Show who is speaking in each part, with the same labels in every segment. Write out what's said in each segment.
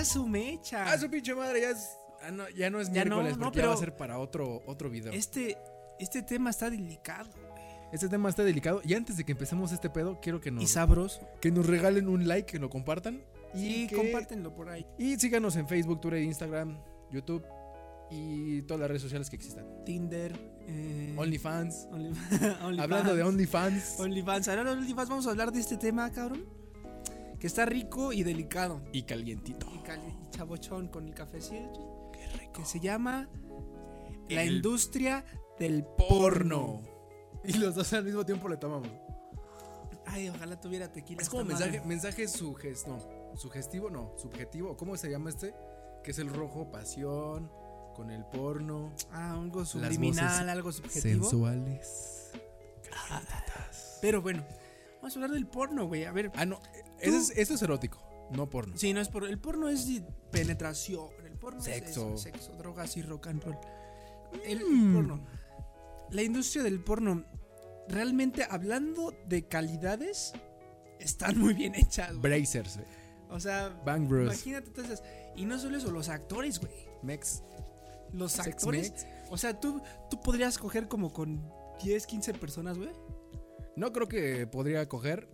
Speaker 1: esa Ah, pinche madre ya es. ah, no, ya no es
Speaker 2: Ya no,
Speaker 1: miércoles,
Speaker 2: no,
Speaker 1: porque ya va a
Speaker 2: pero-
Speaker 1: ser para otro, otro video.
Speaker 2: Este, este tema está delicado
Speaker 1: Este tema está delicado. Y antes de que empecemos este pedo, quiero que
Speaker 2: y
Speaker 1: nos,
Speaker 2: sabroso.
Speaker 1: que nos regalen un like, que lo compartan.
Speaker 2: Y,
Speaker 1: que-
Speaker 2: compártenlo por ahí.
Speaker 1: Y síganos en Facebook, Twitter, Instagram, YouTube y todas las redes sociales que existan.
Speaker 2: Tinder. eh,
Speaker 1: OnlyFans.
Speaker 2: Only- OnlyFans.
Speaker 1: Hablando de OnlyFans.
Speaker 2: OnlyFans. Ahora en OnlyFans vamos a hablar de este tema, cabrón. Que está rico y delicado.
Speaker 1: Y calientito.
Speaker 2: Y cal- y chabochón con el cafecito. Que se llama La
Speaker 1: El
Speaker 2: industria del porno.
Speaker 1: Porno. Y los dos al mismo tiempo le tomamos.
Speaker 2: Ay, ojalá tuviera tequila.
Speaker 1: Es como
Speaker 2: esta
Speaker 1: mensaje,
Speaker 2: madre.
Speaker 1: mensaje suges- no, sugestivo, no, subjetivo. ¿Cómo se llama este? Que es el rojo, pasión, con el porno.
Speaker 2: Ah, algo
Speaker 1: voces
Speaker 2: subliminal, algo subjetivo.
Speaker 1: Sensuales.
Speaker 2: Pero bueno, vamos a hablar del porno, güey. A ver,
Speaker 1: Ah, no. eso es, esto es erótico, no porno.
Speaker 2: Sí, no es por el porno es de penetración, el porno
Speaker 1: Sexo. Mm.
Speaker 2: es eso, sexo, drogas y rock and roll. El, el porno. La industria del porno realmente hablando de calidades están muy bien hechas. güey.
Speaker 1: Brazers, güey.
Speaker 2: O sea,
Speaker 1: Bang Bros.
Speaker 2: imagínate todas esas y no solo eso, los actores, güey.
Speaker 1: Mex.
Speaker 2: Los
Speaker 1: Sex
Speaker 2: actores,
Speaker 1: mates.
Speaker 2: o sea, tú tú podrías coger como con 10, 15 personas, güey.
Speaker 1: No creo que podría coger.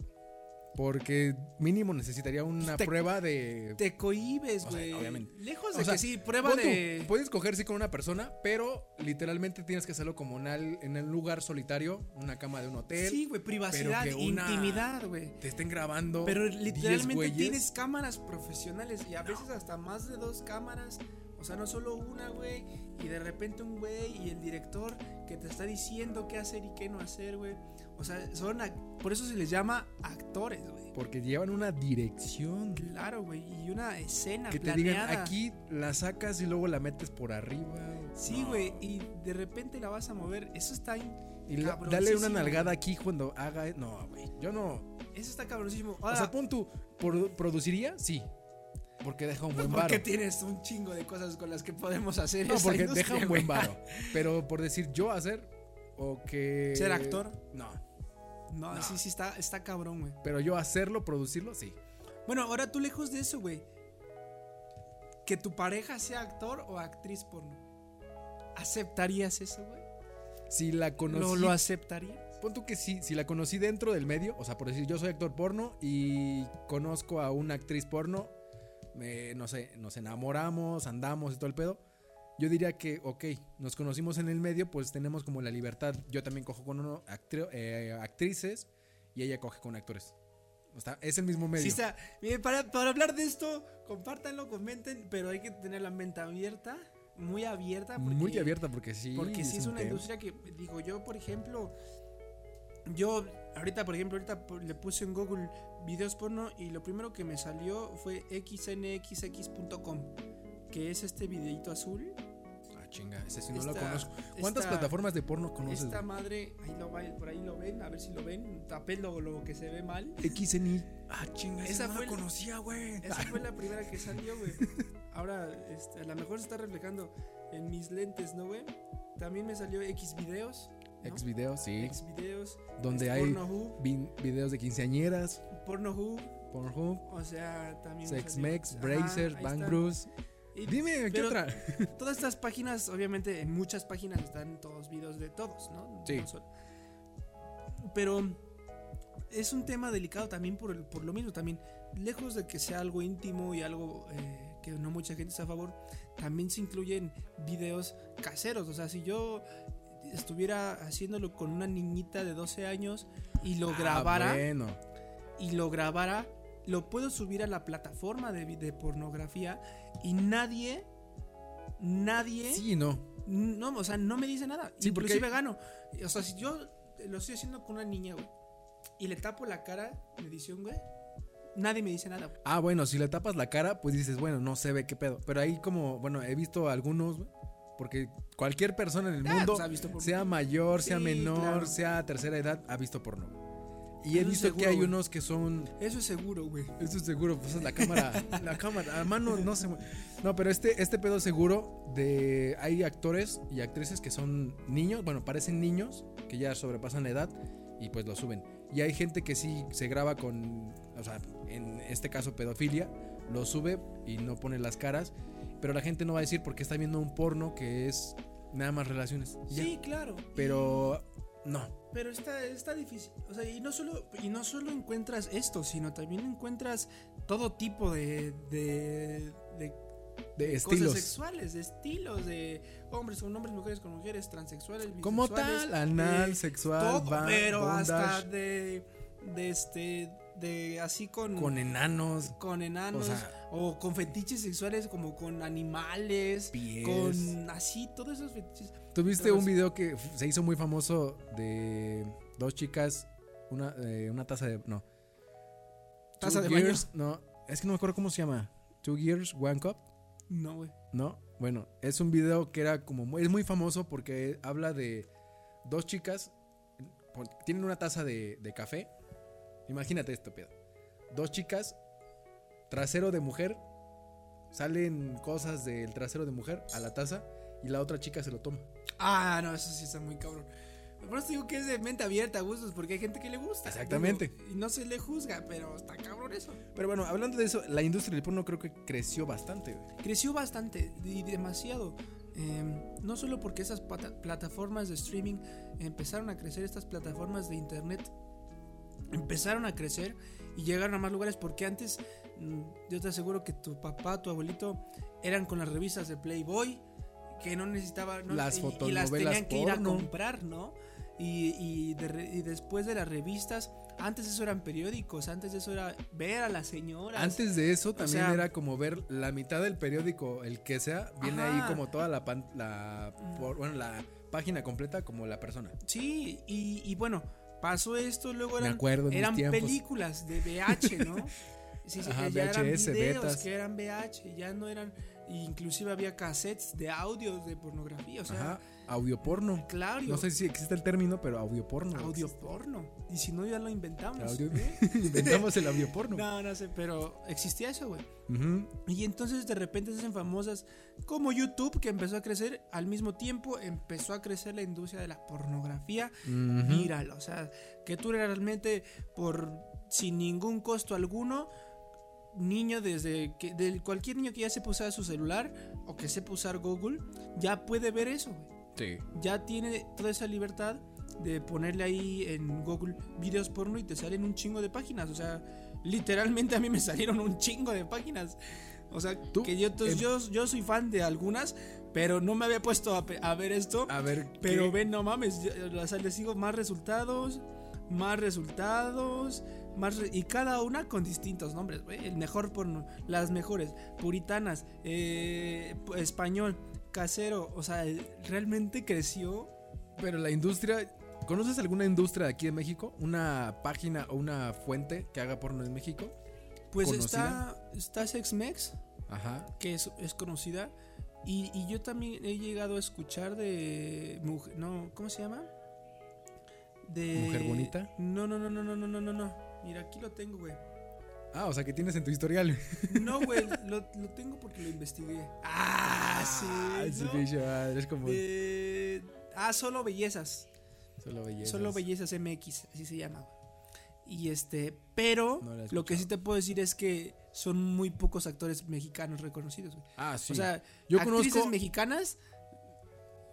Speaker 1: Porque mínimo necesitaría una
Speaker 2: Te-
Speaker 1: prueba de.
Speaker 2: Te cohibes,
Speaker 1: O sea,
Speaker 2: güey.
Speaker 1: obviamente.
Speaker 2: Lejos
Speaker 1: O
Speaker 2: de
Speaker 1: sea,
Speaker 2: que sí, prueba
Speaker 1: pon tú,
Speaker 2: de
Speaker 1: Puedes coger sí con una persona, pero literalmente tienes que hacerlo como en, al- en un lugar solitario, una cama de un hotel.
Speaker 2: Sí, güey, privacidad,
Speaker 1: que una-
Speaker 2: intimidad, güey.
Speaker 1: Te estén grabando.
Speaker 2: Pero
Speaker 1: 10
Speaker 2: literalmente
Speaker 1: güeyes.
Speaker 2: tienes cámaras profesionales y a veces hasta más de dos cámaras. O sea, no solo una, güey. Y de repente un güey y el director que te está diciendo qué hacer y qué no hacer, güey. O sea, son ac- por eso se les llama actores, güey.
Speaker 1: Porque llevan una dirección.
Speaker 2: Claro, güey. Y una escena
Speaker 1: Que te
Speaker 2: planeada.
Speaker 1: digan, aquí la sacas y luego la metes por arriba.
Speaker 2: Sí,
Speaker 1: No.
Speaker 2: güey. Y de repente la vas a mover. Eso está, in-
Speaker 1: Y la- dale
Speaker 2: cabroncísimo,
Speaker 1: una
Speaker 2: güey.
Speaker 1: nalgada aquí cuando haga. e-, No, güey. Yo no.
Speaker 2: Eso está cabronísimo.
Speaker 1: o sea, pon tú. produ- ¿Produciría? Sí. Porque deja un buen varo.
Speaker 2: porque tienes un chingo de cosas con las que podemos hacer.
Speaker 1: No,
Speaker 2: esa
Speaker 1: porque
Speaker 2: industria,
Speaker 1: deja un
Speaker 2: güey.
Speaker 1: buen varo. Pero por decir yo hacer o que.
Speaker 2: ¿Ser actor?
Speaker 1: No.
Speaker 2: No,
Speaker 1: No.
Speaker 2: sí, sí, está, está cabrón, güey.
Speaker 1: Pero yo hacerlo, producirlo, sí.
Speaker 2: Bueno, ahora tú lejos de eso, güey. Que tu pareja sea actor o actriz porno. ¿Aceptarías eso, güey?
Speaker 1: Si la conocí.
Speaker 2: ¿Lo, lo aceptarías?
Speaker 1: Pon tú que sí, si la conocí dentro del medio, o sea, por decir, yo soy actor porno y conozco a una actriz porno, eh, no sé, nos enamoramos, andamos y todo el pedo. Yo diría que, ok, nos conocimos en el medio, pues tenemos como la libertad. Yo también cojo con uno actri- eh, actrices y ella coge con actores. O sea, es el mismo medio.
Speaker 2: Sí, está. Miren, para, para hablar de esto, compártanlo, comenten, pero hay que tener la mente abierta, muy abierta. porque-
Speaker 1: Muy abierta porque sí.
Speaker 2: Porque sí es
Speaker 1: un
Speaker 2: una
Speaker 1: tema.
Speaker 2: industria que, digo, yo, por ejemplo, yo ahorita, por ejemplo, ahorita po- le puse en Google videos porno y lo primero que me salió fue xnxx.com, que es este videito azul.
Speaker 1: Ah, chinga, ese sí no lo
Speaker 2: Esta-
Speaker 1: conozco. ¿Cuántas
Speaker 2: esta-
Speaker 1: plataformas de porno conoces?
Speaker 2: Esta madre, ahí lo va- por ahí lo ven, a ver si lo ven, tapé lo, lo que se ve mal.
Speaker 1: XNI. Ah, chinga,
Speaker 2: Esa fue la-
Speaker 1: conocía, güey.
Speaker 2: Esa fue la primera que salió, güey. Ahora, este, a lo mejor se está reflejando en mis lentes, ¿no, güey? También me salió X videos. ¿no?
Speaker 1: Ex video, sí.
Speaker 2: X videos.
Speaker 1: Donde hay
Speaker 2: Pornohub,
Speaker 1: vin- videos de quinceañeras,
Speaker 2: Pornohub,
Speaker 1: Pornhub,
Speaker 2: O sea, también.
Speaker 1: Sex
Speaker 2: salió-
Speaker 1: Mex,
Speaker 2: Ajá,
Speaker 1: Brazers,
Speaker 2: ahí
Speaker 1: Bang
Speaker 2: está.
Speaker 1: Bruce.
Speaker 2: Y
Speaker 1: Dime, ¿qué
Speaker 2: pero-
Speaker 1: otra?
Speaker 2: Todas estas páginas, obviamente, en muchas páginas están todos videos de todos, ¿no?
Speaker 1: Sí.
Speaker 2: No solo- Pero es un tema delicado también por, el- por lo mismo. También, lejos de que sea algo íntimo y algo eh, que no mucha gente está a favor, también se incluyen videos caseros. O sea, si yo estuviera haciéndolo con una niñita de 12 años y lo
Speaker 1: Ah,
Speaker 2: grabara
Speaker 1: bueno,
Speaker 2: y lo grabara, lo puedo subir a la plataforma de, vi- de pornografía y nadie, nadie,
Speaker 1: sí, no.
Speaker 2: no, o sea, no me dice nada.
Speaker 1: Sí, porque-
Speaker 2: Inclusive gano. O sea, si yo lo estoy haciendo con una niña, güey, y le tapo la cara en edición, güey, nadie me dice nada. güey.
Speaker 1: Ah, bueno, si le tapas la cara, pues dices, bueno, no se ve qué pedo. Pero ahí como, bueno, he visto algunos, güey, porque cualquier persona en el
Speaker 2: Ah,
Speaker 1: mundo,
Speaker 2: pues, ha visto por-
Speaker 1: sea mayor, sea
Speaker 2: Sí,
Speaker 1: menor,
Speaker 2: claro.
Speaker 1: sea tercera edad, ha visto porno. Y he
Speaker 2: Eso
Speaker 1: visto que
Speaker 2: seguro,
Speaker 1: hay
Speaker 2: güey.
Speaker 1: unos que son
Speaker 2: Eso es seguro, güey.
Speaker 1: Eso es seguro, pues es la cámara, la cámara, a mano no se mue- No, pero este, este pedo seguro de hay actores y actrices que son niños, bueno, parecen niños, que ya sobrepasan la edad y pues lo suben. Y hay gente que sí se graba con, o sea, en este caso pedofilia, lo sube y no pone las caras. Pero la gente no va a decir porque está viendo un porno que es nada más relaciones. y ya.
Speaker 2: Sí, claro.
Speaker 1: Pero no.
Speaker 2: Pero está, está difícil. O sea, y no, solo, y no solo encuentras esto, sino también encuentras todo tipo de, de, de
Speaker 1: De
Speaker 2: cosas
Speaker 1: estilos.
Speaker 2: sexuales, de estilos, de hombres con hombres, mujeres con mujeres, transexuales, bisexuales.
Speaker 1: Como tal, anal,
Speaker 2: eh,
Speaker 1: sexual,
Speaker 2: todo,
Speaker 1: ba-
Speaker 2: pero hasta
Speaker 1: bondage,
Speaker 2: de, de este, de así con,
Speaker 1: con enanos,
Speaker 2: con enanos,
Speaker 1: o sea-
Speaker 2: o con fetiches sexuales como con animales,
Speaker 1: pies.
Speaker 2: con así, todos esos fetiches.
Speaker 1: Tuviste
Speaker 2: Pero
Speaker 1: un
Speaker 2: es-
Speaker 1: video que f- se hizo muy famoso de dos chicas, una, eh, una taza de. No.
Speaker 2: ¿Taza
Speaker 1: Two
Speaker 2: de baño?
Speaker 1: Gears, No, es que no me acuerdo cómo se llama. Two Gears, One Cup.
Speaker 2: No, güey.
Speaker 1: No, bueno, es un video que era como. muy- es muy famoso porque habla de dos chicas. pon- Tienen una taza de, de café. Imagínate esto, pedo. Dos chicas, trasero de mujer. Salen cosas del trasero de mujer a la taza y la otra chica se lo toma.
Speaker 2: Ah, no, eso sí está muy cabrón. Por eso digo que es de mente abierta, gustos, porque hay gente que le gusta.
Speaker 1: Exactamente.
Speaker 2: Digo, y no se le juzga, pero está cabrón eso.
Speaker 1: Pero bueno, hablando de eso, la industria del porno creo que creció bastante, güey.
Speaker 2: Creció bastante y demasiado. Eh, no solo porque esas pata- plataformas de streaming empezaron a crecer, estas plataformas de internet empezaron a crecer y llegaron a más lugares porque antes mm, yo te aseguro que tu papá, tu abuelito eran con las revistas de Playboy que no necesitaban no-
Speaker 1: Las
Speaker 2: y- y, las
Speaker 1: fotonovelas
Speaker 2: tenían que ir a
Speaker 1: porno.
Speaker 2: comprar, ¿no? Y, y de re- y después de las revistas, antes eso eran periódicos, antes eso era ver a las señoras.
Speaker 1: Antes de eso también
Speaker 2: sea-
Speaker 1: era como ver la mitad del periódico, el que sea, viene
Speaker 2: Ajá. Mm.
Speaker 1: ahí como toda la, pan- la por- bueno, la página completa como la persona.
Speaker 2: Sí, y, y bueno, pasó esto, luego eran,
Speaker 1: Me acuerdo en mis
Speaker 2: eran
Speaker 1: tiempos.
Speaker 2: películas de VH, ¿no? Sí, sí,
Speaker 1: Ajá,
Speaker 2: ya eran
Speaker 1: VHS,
Speaker 2: videos
Speaker 1: betas.
Speaker 2: que eran VH, ya no eran, inclusive había cassettes de audio de pornografía, o sea,
Speaker 1: Ajá, audioporno.
Speaker 2: claro,
Speaker 1: No sé si existe el término, pero audioporno.
Speaker 2: audio porno, y si no ya lo inventamos.
Speaker 1: Audio-
Speaker 2: ¿eh?
Speaker 1: Inventamos el audioporno.
Speaker 2: No, no sé, pero existía eso, güey.
Speaker 1: Ujú.
Speaker 2: Y entonces de repente se hacen famosas como YouTube, que empezó a crecer, al mismo tiempo empezó a crecer la industria de la pornografía
Speaker 1: Ujú.
Speaker 2: viral. O sea, que tú realmente, por sin ningún costo alguno, niño desde que del cualquier niño que ya sepa usar su celular o que sepa usar Google, ya puede ver eso. güey.
Speaker 1: Sí.
Speaker 2: Ya tiene toda esa libertad de ponerle ahí en Google videos porno y te salen un chingo de páginas. O sea, literalmente a mí me salieron un chingo de páginas. O sea,
Speaker 1: Tú,
Speaker 2: que yo, entonces,
Speaker 1: em-
Speaker 2: yo, yo soy fan de algunas, pero no me había puesto a, pe- a ver esto.
Speaker 1: A ver,
Speaker 2: Pero
Speaker 1: ¿qué?
Speaker 2: ven, no mames, yo- yo- o sea, les digo más resultados, más resultados, más re- y cada una con distintos nombres, güey. El mejor porno, las mejores, puritanas, eh, pu- español, casero, o sea, el- realmente creció.
Speaker 1: Pero la industria, ¿conoces alguna industria de aquí de México? ¿Una página o una fuente que haga porno en México?
Speaker 2: Pues
Speaker 1: ¿Conocida?
Speaker 2: está, está SexMex,
Speaker 1: Ajá.
Speaker 2: que es, es conocida, y, y yo también he llegado a escuchar de. mujer- no, ¿cómo se llama? De.
Speaker 1: ¿Mujer bonita?
Speaker 2: No, no, no, no, no, no, no, no, no. Mira, aquí lo tengo, güey.
Speaker 1: Ah, o sea que tienes en tu historial.
Speaker 2: No, güey, lo, lo tengo porque lo investigué. Ah,
Speaker 1: Ay,
Speaker 2: sí.
Speaker 1: su
Speaker 2: ¿no?
Speaker 1: pinche madre, es como
Speaker 2: De- Ah, solo bellezas.
Speaker 1: solo belleza.
Speaker 2: Solo bellezas MX, así se llama. Y este, pero
Speaker 1: No la he
Speaker 2: lo que
Speaker 1: escuchado.
Speaker 2: sí te puedo decir es que son muy pocos actores mexicanos reconocidos. güey.
Speaker 1: Ah, sí.
Speaker 2: O sea,
Speaker 1: Yo
Speaker 2: actrices
Speaker 1: conozco
Speaker 2: mexicanas.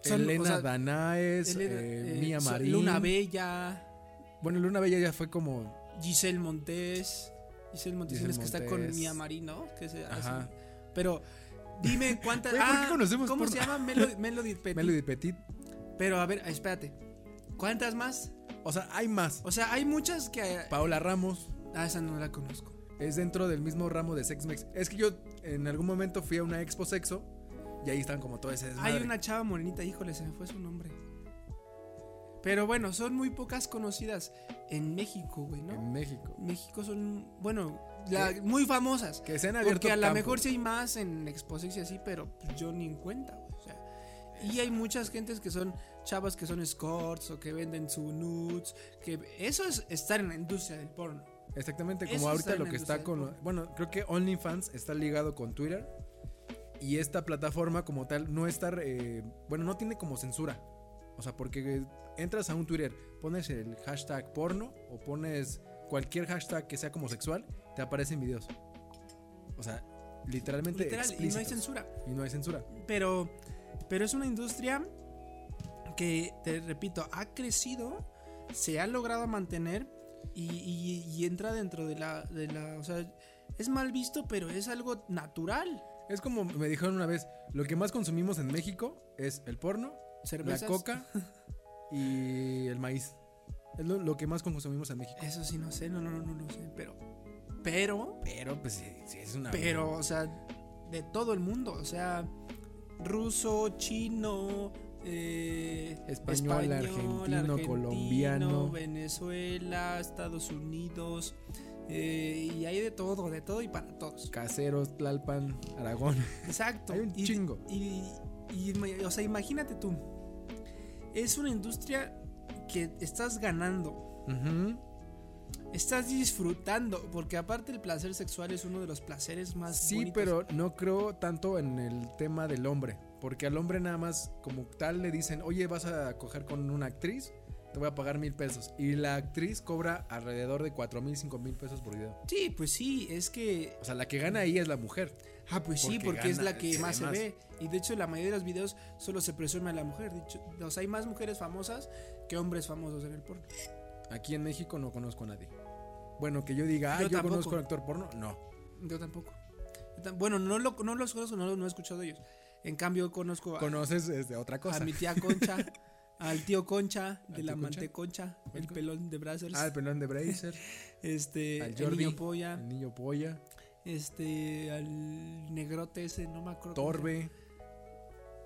Speaker 2: son-
Speaker 1: Elena
Speaker 2: o sea,
Speaker 1: Danaes,
Speaker 2: Elena,
Speaker 1: eh,
Speaker 2: eh,
Speaker 1: Mía
Speaker 2: son-
Speaker 1: Marín.
Speaker 2: Luna Bella,
Speaker 1: Bueno, Luna Bella ya fue como
Speaker 2: Giselle Montes. Giselle Montes
Speaker 1: Giselle
Speaker 2: es que está con
Speaker 1: Montes.
Speaker 2: Mía Marín, ¿no? Que se hace-
Speaker 1: Ajá.
Speaker 2: Pero dime cuántas.
Speaker 1: Güey, ¿por qué
Speaker 2: ah,
Speaker 1: conocemos
Speaker 2: ¿Cómo
Speaker 1: porno?
Speaker 2: se llama? Melody, Melody Petit.
Speaker 1: Melody Petit.
Speaker 2: Pero a ver, espérate. ¿Cuántas más?
Speaker 1: O sea, hay más.
Speaker 2: O sea, hay muchas que.
Speaker 1: Paola Ramos
Speaker 2: Ah, esa no la conozco.
Speaker 1: es dentro del mismo ramo de Sexmex. Es que yo en algún momento fui a una expo sexo y ahí estaban como todo ese desmadre.
Speaker 2: Hay una chava morenita, híjole, se me fue su nombre. Pero bueno, son muy pocas conocidas en México, güey, ¿no?
Speaker 1: en México.
Speaker 2: México son, bueno, la- muy famosas.
Speaker 1: Que se han abierto
Speaker 2: Porque a lo
Speaker 1: campo.
Speaker 2: mejor sí hay más en Exposex y así, pero pues, yo ni en cuenta, güey. O sea, y hay muchas gentes que son chavas que son escorts o que venden su nudes. Que eso es estar en la industria del porno.
Speaker 1: Exactamente,
Speaker 2: Eso
Speaker 1: como ahorita
Speaker 2: está
Speaker 1: lo
Speaker 2: en
Speaker 1: que
Speaker 2: la
Speaker 1: está
Speaker 2: industria del
Speaker 1: con... Bueno, creo que OnlyFans está ligado con Twitter. Y esta plataforma como tal no está... eh, bueno, no tiene como censura. O sea, porque entras a un Twitter, pones el hashtag porno o pones cualquier hashtag que sea como sexual, te aparecen videos. O sea, literalmente
Speaker 2: Literal, y no hay
Speaker 1: explícitos.
Speaker 2: censura.
Speaker 1: Y no hay censura.
Speaker 2: Pero, pero es una industria que, te repito, ha crecido, se ha logrado mantener y, y- y entra dentro de la, de la... O sea, es mal visto, pero es algo natural.
Speaker 1: Es como me dijeron una vez, lo que más consumimos en México es el porno,
Speaker 2: Cervezas.
Speaker 1: la coca y el maíz. Es lo, lo que más consumimos en México.
Speaker 2: Eso sí, no sé, no, no, no, no lo sé, pero... Pero,
Speaker 1: Pero pues sí, sí, es una
Speaker 2: pero, o sea, de todo el mundo, o sea, ruso, chino, eh,
Speaker 1: Español, argentino, colombiano.
Speaker 2: Venezuela, Estados Unidos, eh, y hay de todo, de todo y para todos.
Speaker 1: caseros, Tlalpan, Aragón.
Speaker 2: Exacto.
Speaker 1: Hay un
Speaker 2: Y-
Speaker 1: chingo.
Speaker 2: Y, y ima- o sea, imagínate tú, es una industria que estás ganando,
Speaker 1: Ujú.
Speaker 2: estás disfrutando, porque aparte el placer sexual es uno de los placeres más
Speaker 1: Sí,
Speaker 2: bonitos.
Speaker 1: pero no creo tanto en el tema del hombre. Porque al hombre nada más, como tal, le dicen, oye, vas a coger con una actriz, te voy a pagar mil pesos. Y la actriz cobra alrededor de cuatro mil, cinco mil pesos por video.
Speaker 2: Sí, pues sí, es que
Speaker 1: O sea, la que gana ahí es la mujer.
Speaker 2: Ah, pues sí,
Speaker 1: Porque
Speaker 2: porque es
Speaker 1: gana,
Speaker 2: la que
Speaker 1: se ve
Speaker 2: más se
Speaker 1: más.
Speaker 2: ve. Y de hecho, la mayoría de los videos solo se presume a la mujer. De hecho, o sea, hay más mujeres famosas que hombres famosos en el porno.
Speaker 1: Aquí en México no conozco a nadie. Bueno, que yo diga, ah,
Speaker 2: Yo
Speaker 1: yo,
Speaker 2: tampoco.
Speaker 1: conozco a un actor porno, no.
Speaker 2: Yo tampoco. Yo tam- bueno, no, lo, no los conozco, no, lo- no he escuchado de ellos. En cambio, conozco a,
Speaker 1: Conoces este, otra
Speaker 2: a
Speaker 1: cosa.
Speaker 2: mi tía Concha, al tío Concha,
Speaker 1: ¿Al
Speaker 2: de
Speaker 1: tío
Speaker 2: la
Speaker 1: Concha?
Speaker 2: amante Concha, el
Speaker 1: Concha?
Speaker 2: pelón de Brazzers,
Speaker 1: Ah, el pelón de Bracer,
Speaker 2: este,
Speaker 1: al
Speaker 2: al
Speaker 1: Jordi.
Speaker 2: niño Polla,
Speaker 1: el niño polla,
Speaker 2: este, al negrote ese, no me acuerdo. cómo se llama.
Speaker 1: Torbe.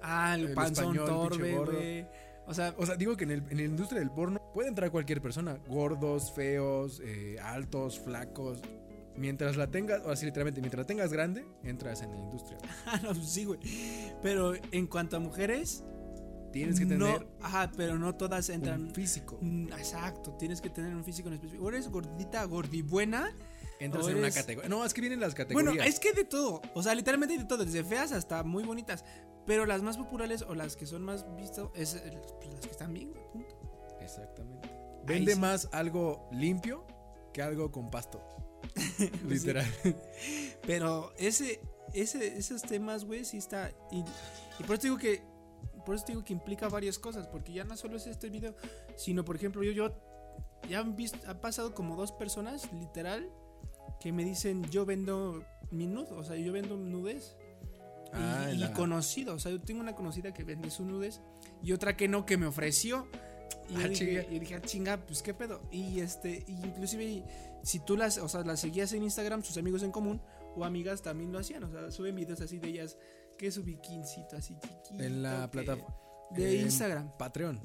Speaker 2: Ah, el,
Speaker 1: el
Speaker 2: panzón
Speaker 1: español, pinche
Speaker 2: Torbe,
Speaker 1: gordo.
Speaker 2: güey. O sea,
Speaker 1: O sea, digo que en, el- en la industria del porno puede entrar cualquier persona. Gordos, feos, eh, altos, flacos. Mientras la tengas, o así literalmente, mientras la tengas grande, entras en la industria.
Speaker 2: Ah, no, sí, güey. Pero en cuanto a mujeres,
Speaker 1: Tienes que
Speaker 2: no,
Speaker 1: tener
Speaker 2: Ajá, pero no todas
Speaker 1: un
Speaker 2: entran.
Speaker 1: físico.
Speaker 2: Mm, Exacto, tienes que tener un físico en específico. O eres gordita, gordibuena.
Speaker 1: Entras
Speaker 2: o
Speaker 1: en una
Speaker 2: eres-
Speaker 1: categoría. No, es que vienen las categorías.
Speaker 2: Bueno, es que hay de todo. O sea, literalmente hay de todo, desde feas hasta muy bonitas. Pero las más populares o las que son más vistas es eh, las- pues, las que están bien, güey, punto.
Speaker 1: Exactamente. Vende
Speaker 2: sí.
Speaker 1: más algo limpio que algo con pasto.
Speaker 2: Pues
Speaker 1: Literal.
Speaker 2: Pero ese, ese, esos temas, güey, sí está. Y, y por eso digo que. Por eso digo que implica varias cosas. Porque ya no solo es este video. Sino, por ejemplo, yo, yo. Ya han visto. Han pasado como dos personas, literal. Que me dicen, yo vendo mi nude. O sea, yo vendo nudez. Y-
Speaker 1: Ah,
Speaker 2: y
Speaker 1: la-
Speaker 2: conocido. O sea, yo tengo una conocida que vende su nudez. Y otra que no, que me ofreció. Y yo
Speaker 1: Ah,
Speaker 2: dije,
Speaker 1: chinga.
Speaker 2: y dije, "Ah, chinga, pues qué pedo. Y este, y inclusive si tú las, o sea, las seguías en Instagram, sus amigos en común o amigas también lo hacían, o sea, suben videos así de ellas que su bikincito así chiquito.
Speaker 1: En la
Speaker 2: que-
Speaker 1: plataforma.
Speaker 2: de
Speaker 1: en
Speaker 2: Instagram.
Speaker 1: Patreon.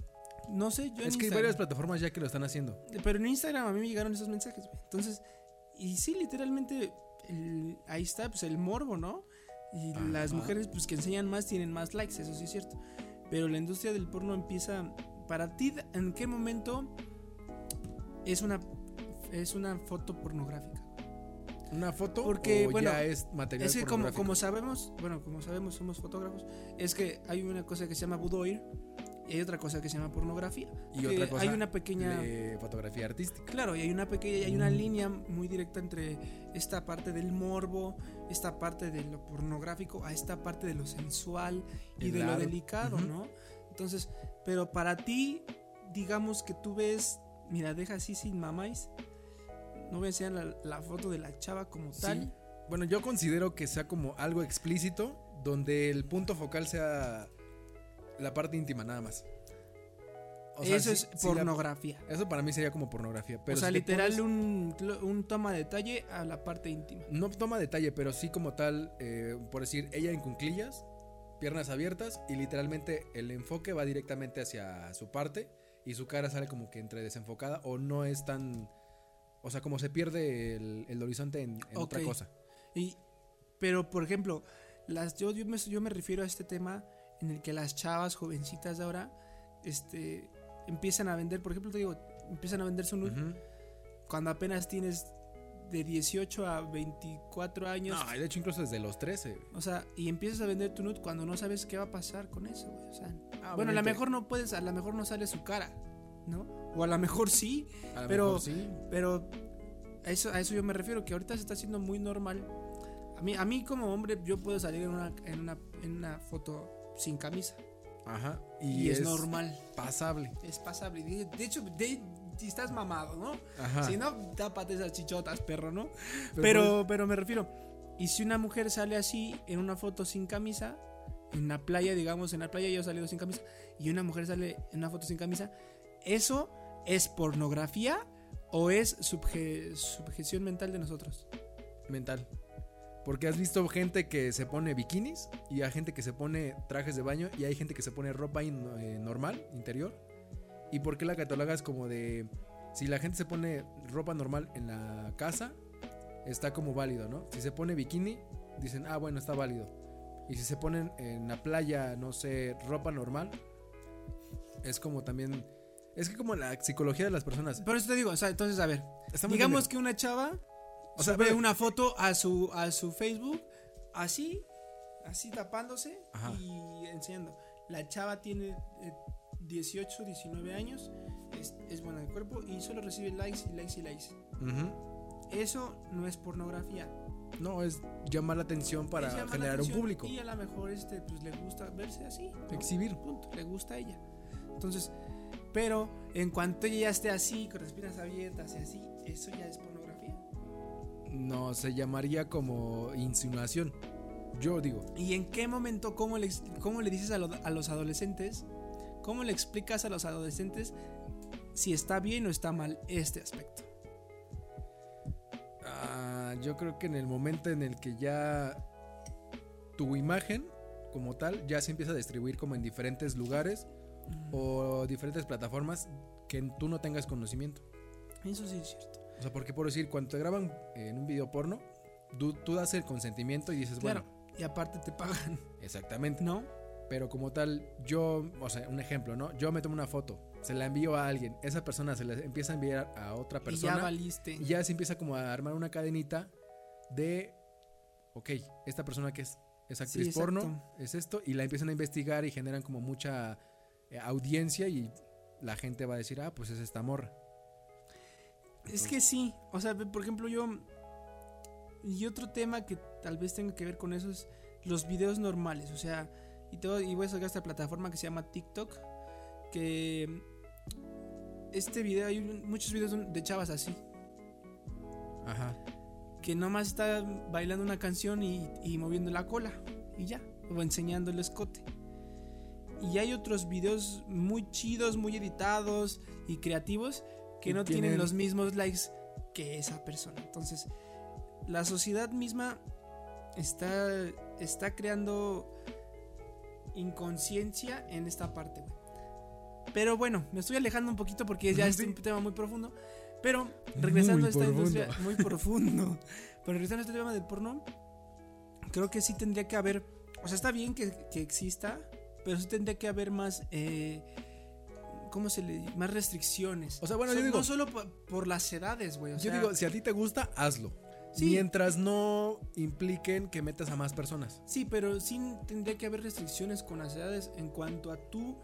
Speaker 2: No sé, yo en
Speaker 1: es que hay
Speaker 2: Instagram.
Speaker 1: varias plataformas ya que lo están haciendo.
Speaker 2: Pero en Instagram a mí me llegaron esos mensajes, güey. Entonces, y sí, literalmente, el- ahí está, pues el morbo, ¿no? Y
Speaker 1: Ajá.
Speaker 2: las mujeres, pues que enseñan más, tienen más likes, eso sí es cierto. Pero la industria del porno empieza. Para ti, ¿en qué momento es una, es una foto pornográfica?
Speaker 1: Una foto
Speaker 2: Porque,
Speaker 1: o
Speaker 2: bueno,
Speaker 1: ya es material
Speaker 2: Es que como,
Speaker 1: pornográfico?
Speaker 2: como sabemos, bueno, como sabemos, somos fotógrafos, es que hay una cosa que se llama boudoir y hay otra cosa que se llama pornografía.
Speaker 1: Y
Speaker 2: que
Speaker 1: otra cosa
Speaker 2: Hay una pequeña...
Speaker 1: de fotografía artística.
Speaker 2: Claro, y hay una pequeña, y hay una línea muy directa entre esta parte del morbo, esta parte de lo pornográfico, a esta parte de lo sensual y
Speaker 1: El
Speaker 2: de lo
Speaker 1: arte.
Speaker 2: delicado,
Speaker 1: Ujú.
Speaker 2: ¿no? Entonces, pero para ti, digamos que tú ves, mira, deja así sin mamáis, no voy a enseñar la, la foto de la chava como
Speaker 1: Sí.
Speaker 2: tal.
Speaker 1: Bueno, yo considero que sea como algo explícito donde el punto focal sea la parte íntima nada más. O sea,
Speaker 2: Eso
Speaker 1: si-
Speaker 2: es
Speaker 1: si la-
Speaker 2: pornografía.
Speaker 1: eso para mí sería como pornografía. Pero
Speaker 2: o sea,
Speaker 1: si le
Speaker 2: literal
Speaker 1: pones-
Speaker 2: un, un toma detalle a la parte íntima.
Speaker 1: No toma detalle, pero sí como tal, eh, por decir, ella en cunclillas, piernas abiertas y literalmente el enfoque va directamente hacia su parte y su cara sale como que entre desenfocada o no es tan... O sea, como se pierde el, el horizonte en, en otra
Speaker 2: Ok.
Speaker 1: cosa.
Speaker 2: Y, pero, por ejemplo, las, yo, yo, me, yo me refiero a este tema en el que las chavas jovencitas de ahora este, empiezan a vender, por ejemplo, te digo, empiezan a vender su nude
Speaker 1: Ujú.
Speaker 2: cuando apenas tienes de 18 a 24 años.
Speaker 1: No, de hecho incluso desde los 13.
Speaker 2: O sea, y empiezas a vender tu nude cuando no sabes qué va a pasar con eso, güey, o sea, bueno, a lo
Speaker 1: obviamente.
Speaker 2: mejor no puedes, a lo mejor no sale su cara, ¿no? O a lo mejor sí,
Speaker 1: A lo
Speaker 2: Pero-
Speaker 1: mejor sí.
Speaker 2: pero a eso, a eso yo me refiero, que ahorita se está haciendo muy normal A mí, a mí como hombre, yo puedo salir en una, en una, en una foto sin camisa.
Speaker 1: Ajá.
Speaker 2: Y, es, normal.
Speaker 1: pasable.
Speaker 2: Es pasable. De, de hecho, de- si estás mamado, ¿no?
Speaker 1: Ajá.
Speaker 2: Si no, tápate esas chichotas, perro, ¿no?
Speaker 1: Pero
Speaker 2: Pero, pero me refiero. Y si una mujer sale así en una foto sin camisa, en la playa, digamos, en la playa yo he salido sin camisa, y una mujer sale en una foto sin camisa, ¿eso es pornografía o es subje- subjeción mental de nosotros?
Speaker 1: mental. Porque has visto gente que se pone bikinis y hay gente que se pone trajes de baño y hay gente que se pone ropa in- eh, normal, interior. ¿Y por qué la catalogas como de... Si la gente se pone ropa normal en la casa, está como válido, ¿no? Si se pone bikini, dicen, ah, bueno, está válido. Y si se ponen en la playa, no sé, ropa normal, es como también... Es que como la psicología de las personas...
Speaker 2: Por eso te digo, o sea, entonces, a ver,
Speaker 1: está muy
Speaker 2: digamos
Speaker 1: pendejo.
Speaker 2: que una chava
Speaker 1: O sea,
Speaker 2: sube
Speaker 1: pero-
Speaker 2: una foto a su, a su Facebook, así, así tapándose
Speaker 1: Ajá.
Speaker 2: y enseñando. La chava tiene eh, 18, 19 años, es, es buena de cuerpo y solo recibe likes y likes y likes.
Speaker 1: Ujú.
Speaker 2: Eso no es pornografía.
Speaker 1: No, es llamar la atención para
Speaker 2: Es llamar la
Speaker 1: generar un
Speaker 2: atención
Speaker 1: público.
Speaker 2: Y a lo mejor este, pues, le gusta verse así. ¿no?
Speaker 1: Exhibir.
Speaker 2: Punto, le gusta a ella. Entonces, pero en cuanto ella ya esté así, con las piernas abiertas y así, eso ya es pornografía.
Speaker 1: No, se llamaría como insinuación. Yo digo.
Speaker 2: ¿Y en qué momento, cómo le, ex- cómo le dices a, lo- a los adolescentes, cómo le explicas a los adolescentes si está bien o está mal este aspecto?
Speaker 1: ah, yo creo que en el momento en el que ya tu imagen como tal ya se empieza a distribuir como en diferentes lugares
Speaker 2: Mm.
Speaker 1: o diferentes plataformas que tú no tengas conocimiento.
Speaker 2: Eso sí es cierto.
Speaker 1: O sea, porque por decir, cuando te graban en un video porno, tú, tú das el consentimiento y dices,
Speaker 2: Claro.
Speaker 1: Pues bueno,
Speaker 2: Y aparte te pagan,
Speaker 1: exactamente.
Speaker 2: ¿no?
Speaker 1: Pero como tal, yo, o sea, un ejemplo, ¿no? Yo me tomo una foto, se la envío a alguien, esa persona se la empieza a enviar a otra persona.
Speaker 2: Y ya valiste.
Speaker 1: Y ya se empieza como a armar una cadenita de, ok, esta persona que es, es actriz
Speaker 2: exacto.
Speaker 1: porno, es esto, y la empiezan a investigar y generan como mucha eh, audiencia y la gente va a decir, ah, pues es esta morra.
Speaker 2: Es que sí, o sea, por ejemplo, yo. Y otro tema que tal vez tenga que ver con eso es los videos normales, o sea, y, todo, y voy a sacar esta plataforma que se llama TikTok, que. Este video, hay un- muchos videos de chavas así,
Speaker 1: Ajá.
Speaker 2: que nomás está bailando una canción y, y moviendo la cola y ya, o enseñando el escote. Y hay otros videos muy chidos, muy editados y creativos que
Speaker 1: Y
Speaker 2: no tienen,
Speaker 1: tienen-
Speaker 2: los mismos likes que esa persona. Entonces, la sociedad misma está, está creando inconsciencia en esta parte, güey. Pero bueno, me estoy alejando un poquito porque ya es
Speaker 1: Sí.
Speaker 2: un tema muy profundo. Pero regresando
Speaker 1: Muy
Speaker 2: a esta
Speaker 1: profundo.
Speaker 2: industria muy profundo. Pero regresando a este tema del porno, creo que sí tendría que haber. O sea, está bien que, que exista, pero sí tendría que haber más. eh, ¿Cómo se le dice? Más restricciones.
Speaker 1: O sea, bueno,
Speaker 2: So-
Speaker 1: yo digo-
Speaker 2: No solo por, por las edades, güey. o
Speaker 1: Yo
Speaker 2: sea,
Speaker 1: digo, si a ti te gusta, hazlo.
Speaker 2: Sí.
Speaker 1: Mientras no impliquen que metas a más personas.
Speaker 2: Sí, pero sí tendría que haber restricciones con las edades en cuanto a tú,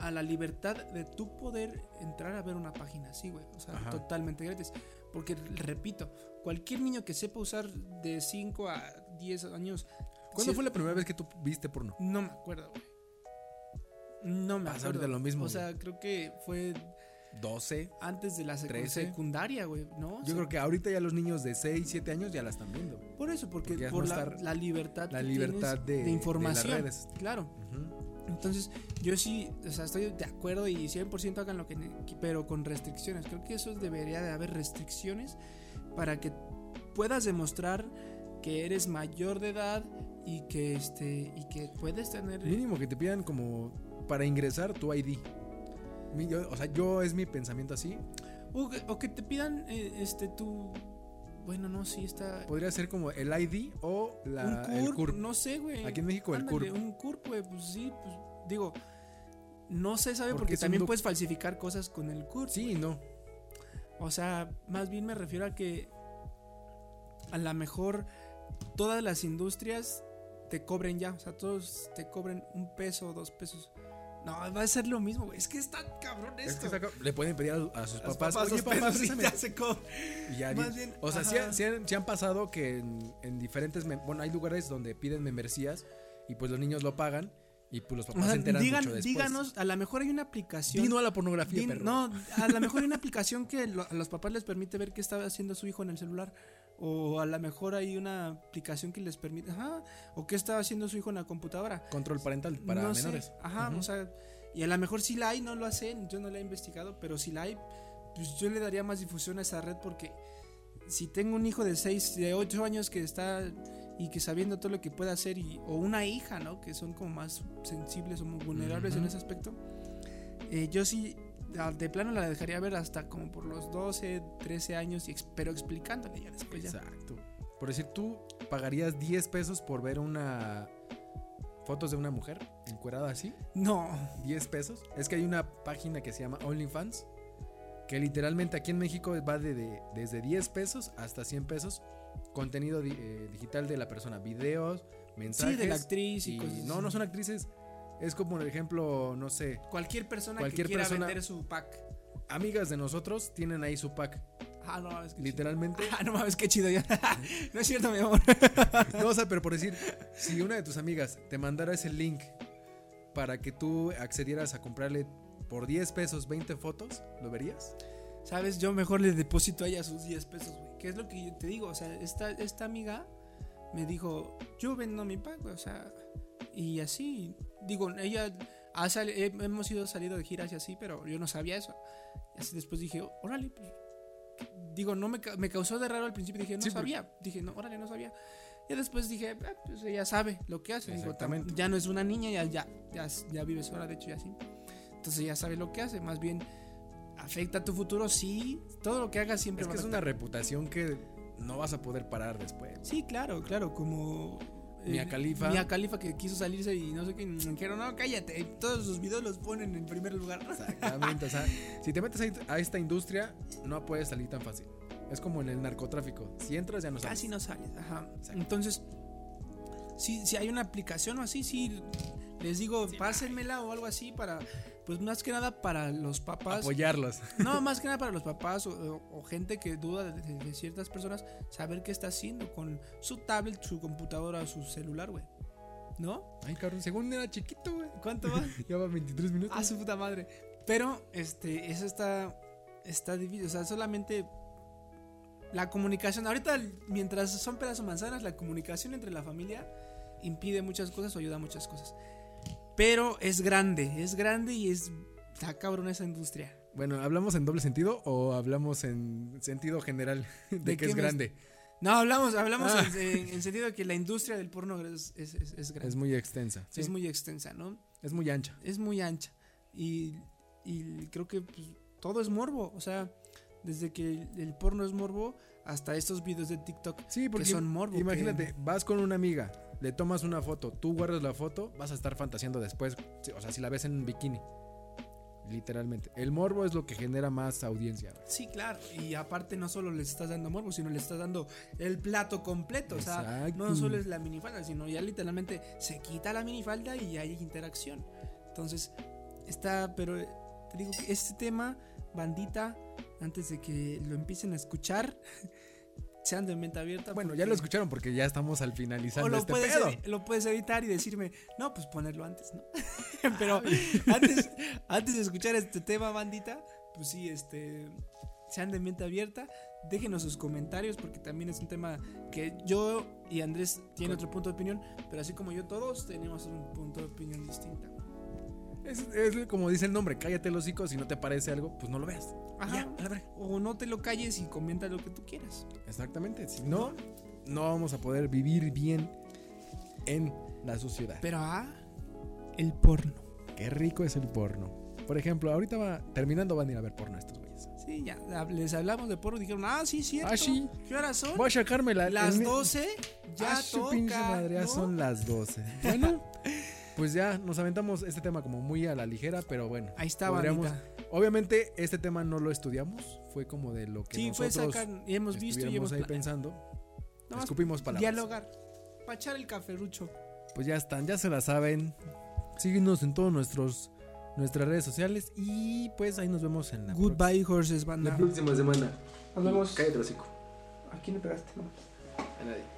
Speaker 2: a la libertad de tú poder entrar a ver una página así, güey. O sea,
Speaker 1: Ajá.
Speaker 2: totalmente gratis. Porque, repito, cualquier niño que sepa usar de 5 a 10 años.
Speaker 1: ¿Cuándo
Speaker 2: sí-
Speaker 1: fue la primera vez que tú viste porno?
Speaker 2: No me acuerdo, güey. No me
Speaker 1: Pasa
Speaker 2: acuerdo.
Speaker 1: Ah, ahorita lo mismo,
Speaker 2: O sea, creo que fue
Speaker 1: 12.
Speaker 2: antes de la secu-
Speaker 1: 13.
Speaker 2: secundaria, güey, ¿no? O
Speaker 1: Yo
Speaker 2: sea,
Speaker 1: creo que ahorita ya los niños de 6, 7 años ya la están viendo. güey.
Speaker 2: Por eso, porque,
Speaker 1: Porque ya
Speaker 2: por
Speaker 1: no
Speaker 2: la,
Speaker 1: estar-
Speaker 2: la libertad
Speaker 1: la
Speaker 2: que
Speaker 1: libertad
Speaker 2: tienes
Speaker 1: de- de las
Speaker 2: información.
Speaker 1: redes.
Speaker 2: Claro.
Speaker 1: Ujú.
Speaker 2: Entonces, yo sí, o sea, estoy de acuerdo y 100% hagan lo que, ne- que- pero con restricciones. Creo que eso debería de haber restricciones para que puedas demostrar que eres mayor de edad y que este y que puedes tener
Speaker 1: Mínimo que te pidan como para ingresar tu ID. Mi- yo- o sea, yo es mi pensamiento así.
Speaker 2: o que, o que te pidan eh, este tu bueno, no, sí está
Speaker 1: Podría ser como el ID o la,
Speaker 2: un
Speaker 1: el
Speaker 2: CURP,
Speaker 1: CURP.
Speaker 2: no sé, güey.
Speaker 1: Aquí en México el
Speaker 2: Ándale,
Speaker 1: CURP.
Speaker 2: Un CURP, güey, pues sí, pues digo, no se sabe
Speaker 1: Porque
Speaker 2: porque,
Speaker 1: es un
Speaker 2: también
Speaker 1: doc-
Speaker 2: puedes falsificar cosas con el CURP.
Speaker 1: Sí, no.
Speaker 2: O sea, más bien me refiero a que a lo mejor todas las industrias te cobren ya. O sea, todos te cobren un peso o dos pesos. No, va a ser lo mismo, güey. Es que está cabrón
Speaker 1: Es
Speaker 2: esto.
Speaker 1: que está cabrón. le pueden pedir a, a sus
Speaker 2: Los
Speaker 1: papás.
Speaker 2: papás,
Speaker 1: "Oye,
Speaker 2: los
Speaker 1: papá,
Speaker 2: pesos,
Speaker 1: préstame".
Speaker 2: ya se co-
Speaker 1: Y ya
Speaker 2: Más
Speaker 1: bien.
Speaker 2: bien,
Speaker 1: O sea, sí,
Speaker 2: ajá.
Speaker 1: sí han, sí han pasado que en, en diferentes. mem- Bueno, hay lugares donde piden membresías y pues los niños lo pagan y pues los
Speaker 2: O
Speaker 1: papás
Speaker 2: sea,
Speaker 1: se enteran
Speaker 2: digan-
Speaker 1: mucho después.
Speaker 2: díganos, a lo mejor hay una aplicación.
Speaker 1: Di no a la pornografía,
Speaker 2: Din-
Speaker 1: perro.
Speaker 2: no, a lo mejor hay una aplicación que lo- a los papás les permite ver qué está haciendo su hijo en el celular. O a lo mejor hay una aplicación que les permite. Ajá, o qué está haciendo su hijo en la computadora.
Speaker 1: Control parental para
Speaker 2: No sé,
Speaker 1: menores.
Speaker 2: Ajá,
Speaker 1: Ujú.
Speaker 2: o sea, y a lo mejor si la hay, no lo sé, yo no la he investigado, pero si la hay, pues yo le daría más difusión a esa red porque si tengo un hijo de 6, de 8 años que está y que sabiendo todo lo que puede hacer, y, o una hija, ¿no? Que son como más sensibles o muy vulnerables en
Speaker 1: Ujú.
Speaker 2: ese aspecto, eh, yo sí, a- de plano la dejaría ver hasta como por los 12, 13 años, y ex- pero explicándole ya después. Ya.
Speaker 1: Exacto. Por decir, tú pagarías 10 pesos por ver una. Fotos de una mujer encuerada así.
Speaker 2: No,
Speaker 1: 10 pesos. Es que hay una página que se llama OnlyFans. Que literalmente aquí en México va de, de- desde 10 pesos hasta 100 pesos. Contenido di- eh, digital de la persona. Videos, mensajes.
Speaker 2: sí, de la actriz y,
Speaker 1: y-
Speaker 2: cosas
Speaker 1: no,
Speaker 2: así.
Speaker 1: no son actrices. Es como, por ejemplo, no sé.
Speaker 2: Cualquier persona
Speaker 1: Cualquier
Speaker 2: que quiera
Speaker 1: persona-
Speaker 2: vender su pack.
Speaker 1: Amigas de nosotros tienen ahí su pack.
Speaker 2: Ah, no mames, qué chido.
Speaker 1: Literalmente.
Speaker 2: Ah, no mames, qué chido ya. no es cierto, mi amor.
Speaker 1: No, o sea, pero por decir, si una de tus amigas te mandara ese link para que tú accedieras a comprarle por 10 pesos 20 fotos, ¿lo verías?
Speaker 2: Sabes, yo mejor le deposito a ella sus 10 pesos, güey. Que es lo que yo te digo. O sea, esta, esta amiga me dijo, yo vendo mi pack, güey. O sea, y así. Digo, ella ha sali- he- hemos ido salido de giras y así, pero yo no sabía eso. Y así después dije, órale, pues. Digo, no me, ca- me causó de raro al principio. Dije, no
Speaker 1: Sí, pues. porque-
Speaker 2: sabía. Dije, no, órale, no sabía. Y después dije, ah, pues ella sabe lo que hace. Digo, tam-
Speaker 1: Exactamente.
Speaker 2: ya no es una niña, ya, ya, ya, ya vive sola, de hecho, ya sí. Entonces ya sabe lo que hace. Más bien, afecta a tu futuro, sí. Todo lo que hagas siempre
Speaker 1: Es que
Speaker 2: va a
Speaker 1: es una
Speaker 2: afectar.
Speaker 1: reputación que no vas a poder parar después.
Speaker 2: Sí, claro, claro, como... eh,
Speaker 1: Mia Khalifa.
Speaker 2: Mia Khalifa que quiso salirse y no sé qué. mm, Dijeron, no, cállate. Todos sus videos los ponen en primer lugar.
Speaker 1: Exactamente, o sea, si te metes a- a esta industria, no puedes salir tan fácil. Es como en el narcotráfico. Si entras, ya no sales.
Speaker 2: Casi no sales. Ajá.
Speaker 1: Exacto.
Speaker 2: Entonces, si, si hay una aplicación o así, sí. Les digo, pásenmela o algo así para... Pues más que nada para los papás.
Speaker 1: Apoyarlos.
Speaker 2: No, más que nada para los papás o, o- o gente que duda de, de- de ciertas personas, saber qué está haciendo con su tablet, su computadora o su celular, güey. ¿No?
Speaker 1: Ay, cabrón, según era chiquito, güey.
Speaker 2: ¿Cuánto va?
Speaker 1: Ya va 23 minutos.
Speaker 2: A Ah, su puta madre. Pero, este, eso está, está difícil. O sea, solamente la comunicación. Ahorita, mientras son pedazos manzanas, la comunicación entre la familia impide muchas cosas o ayuda a muchas cosas. Pero es grande, es grande y es. Está cabrón esa industria.
Speaker 1: Bueno, ¿hablamos en doble sentido o hablamos en sentido general de,
Speaker 2: ¿De
Speaker 1: que
Speaker 2: qué
Speaker 1: es
Speaker 2: me-
Speaker 1: grande?
Speaker 2: No, hablamos, hablamos
Speaker 1: Ah.
Speaker 2: en, en- en sentido de que la industria del porno es, es, es, es grande.
Speaker 1: Es muy extensa. Sí,
Speaker 2: Es muy extensa, ¿no?
Speaker 1: es muy ancha.
Speaker 2: Es muy ancha. Y, y creo que pues, todo es morbo. O sea, desde que el, el porno es morbo hasta estos videos de TikTok.
Speaker 1: Sí, porque
Speaker 2: son morbo, que-
Speaker 1: imagínate, vas con una amiga, le tomas una foto, tú guardas la foto, vas a estar fantaseando después, Sí, o sea, si la ves en bikini. Literalmente. El morbo es lo que genera más audiencia. güey.
Speaker 2: Sí, claro. Y aparte no solo les estás dando morbo, sino les estás dando el plato completo. O sea,
Speaker 1: Exacto.
Speaker 2: no solo es la minifalda, sino ya literalmente se quita la minifalda y ya hay interacción. Entonces, está, pero eh, te digo que este tema, bandita, antes de que lo empiecen a escuchar, sean de mente abierta.
Speaker 1: Bueno,
Speaker 2: porque-
Speaker 1: ya lo escucharon porque ya estamos al
Speaker 2: o
Speaker 1: finalizando
Speaker 2: lo,
Speaker 1: este
Speaker 2: puedes
Speaker 1: pedo.
Speaker 2: edi- lo puedes editar y decirme, no, pues ponerlo antes, ¿no? Pero antes, antes de escuchar este tema, bandita, pues sí, este, sean de mente abierta, déjenos sus comentarios porque también es un tema que yo y Andrés tienen otro punto de opinión, pero así como yo todos tenemos un punto de opinión distinta.
Speaker 1: Es, es como dice el nombre, cállate los hocico, si no te parece algo, pues no lo veas.
Speaker 2: Ajá.
Speaker 1: Ya, a la verga.
Speaker 2: O no te lo calles y comenta lo que tú quieras.
Speaker 1: Exactamente. Si no, no vamos a poder vivir bien en la sociedad.
Speaker 2: Pero ah, el porno.
Speaker 1: Qué rico es el porno. Por ejemplo, ahorita va terminando van a ir a ver porno estos güeyes.
Speaker 2: Sí, ya les hablamos de porno y dijeron, ah, sí, cierto.
Speaker 1: Ah, sí.
Speaker 2: ¿Qué horas son?
Speaker 1: Voy a sacarme la,
Speaker 2: Las
Speaker 1: el-
Speaker 2: 12 ya
Speaker 1: Ah, su
Speaker 2: toca.
Speaker 1: pinche madre, ya
Speaker 2: ¿no?
Speaker 1: son las 12. Bueno, pues ya nos aventamos este tema como muy a la ligera, pero bueno.
Speaker 2: Ahí está,
Speaker 1: Podríamos-
Speaker 2: bandita.
Speaker 1: Obviamente este tema no lo estudiamos, fue como de lo que
Speaker 2: Sí, fue
Speaker 1: nosotros
Speaker 2: sacar, y hemos visto y hemos
Speaker 1: estuviéramos ahí
Speaker 2: planeado.
Speaker 1: pensando.
Speaker 2: Nada más
Speaker 1: escupimos palabras.
Speaker 2: Dialogar. Pachar el caferucho.
Speaker 1: Pues ya están, ya se la saben. Síguenos en todos nuestros nuestras redes sociales y pues ahí nos vemos en la
Speaker 2: Goodbye, horses,
Speaker 3: La
Speaker 2: banda.
Speaker 3: próxima semana.
Speaker 2: Nos vemos.
Speaker 3: Cállate, hocico.
Speaker 2: ¿A quién le pegaste? No.
Speaker 3: A nadie.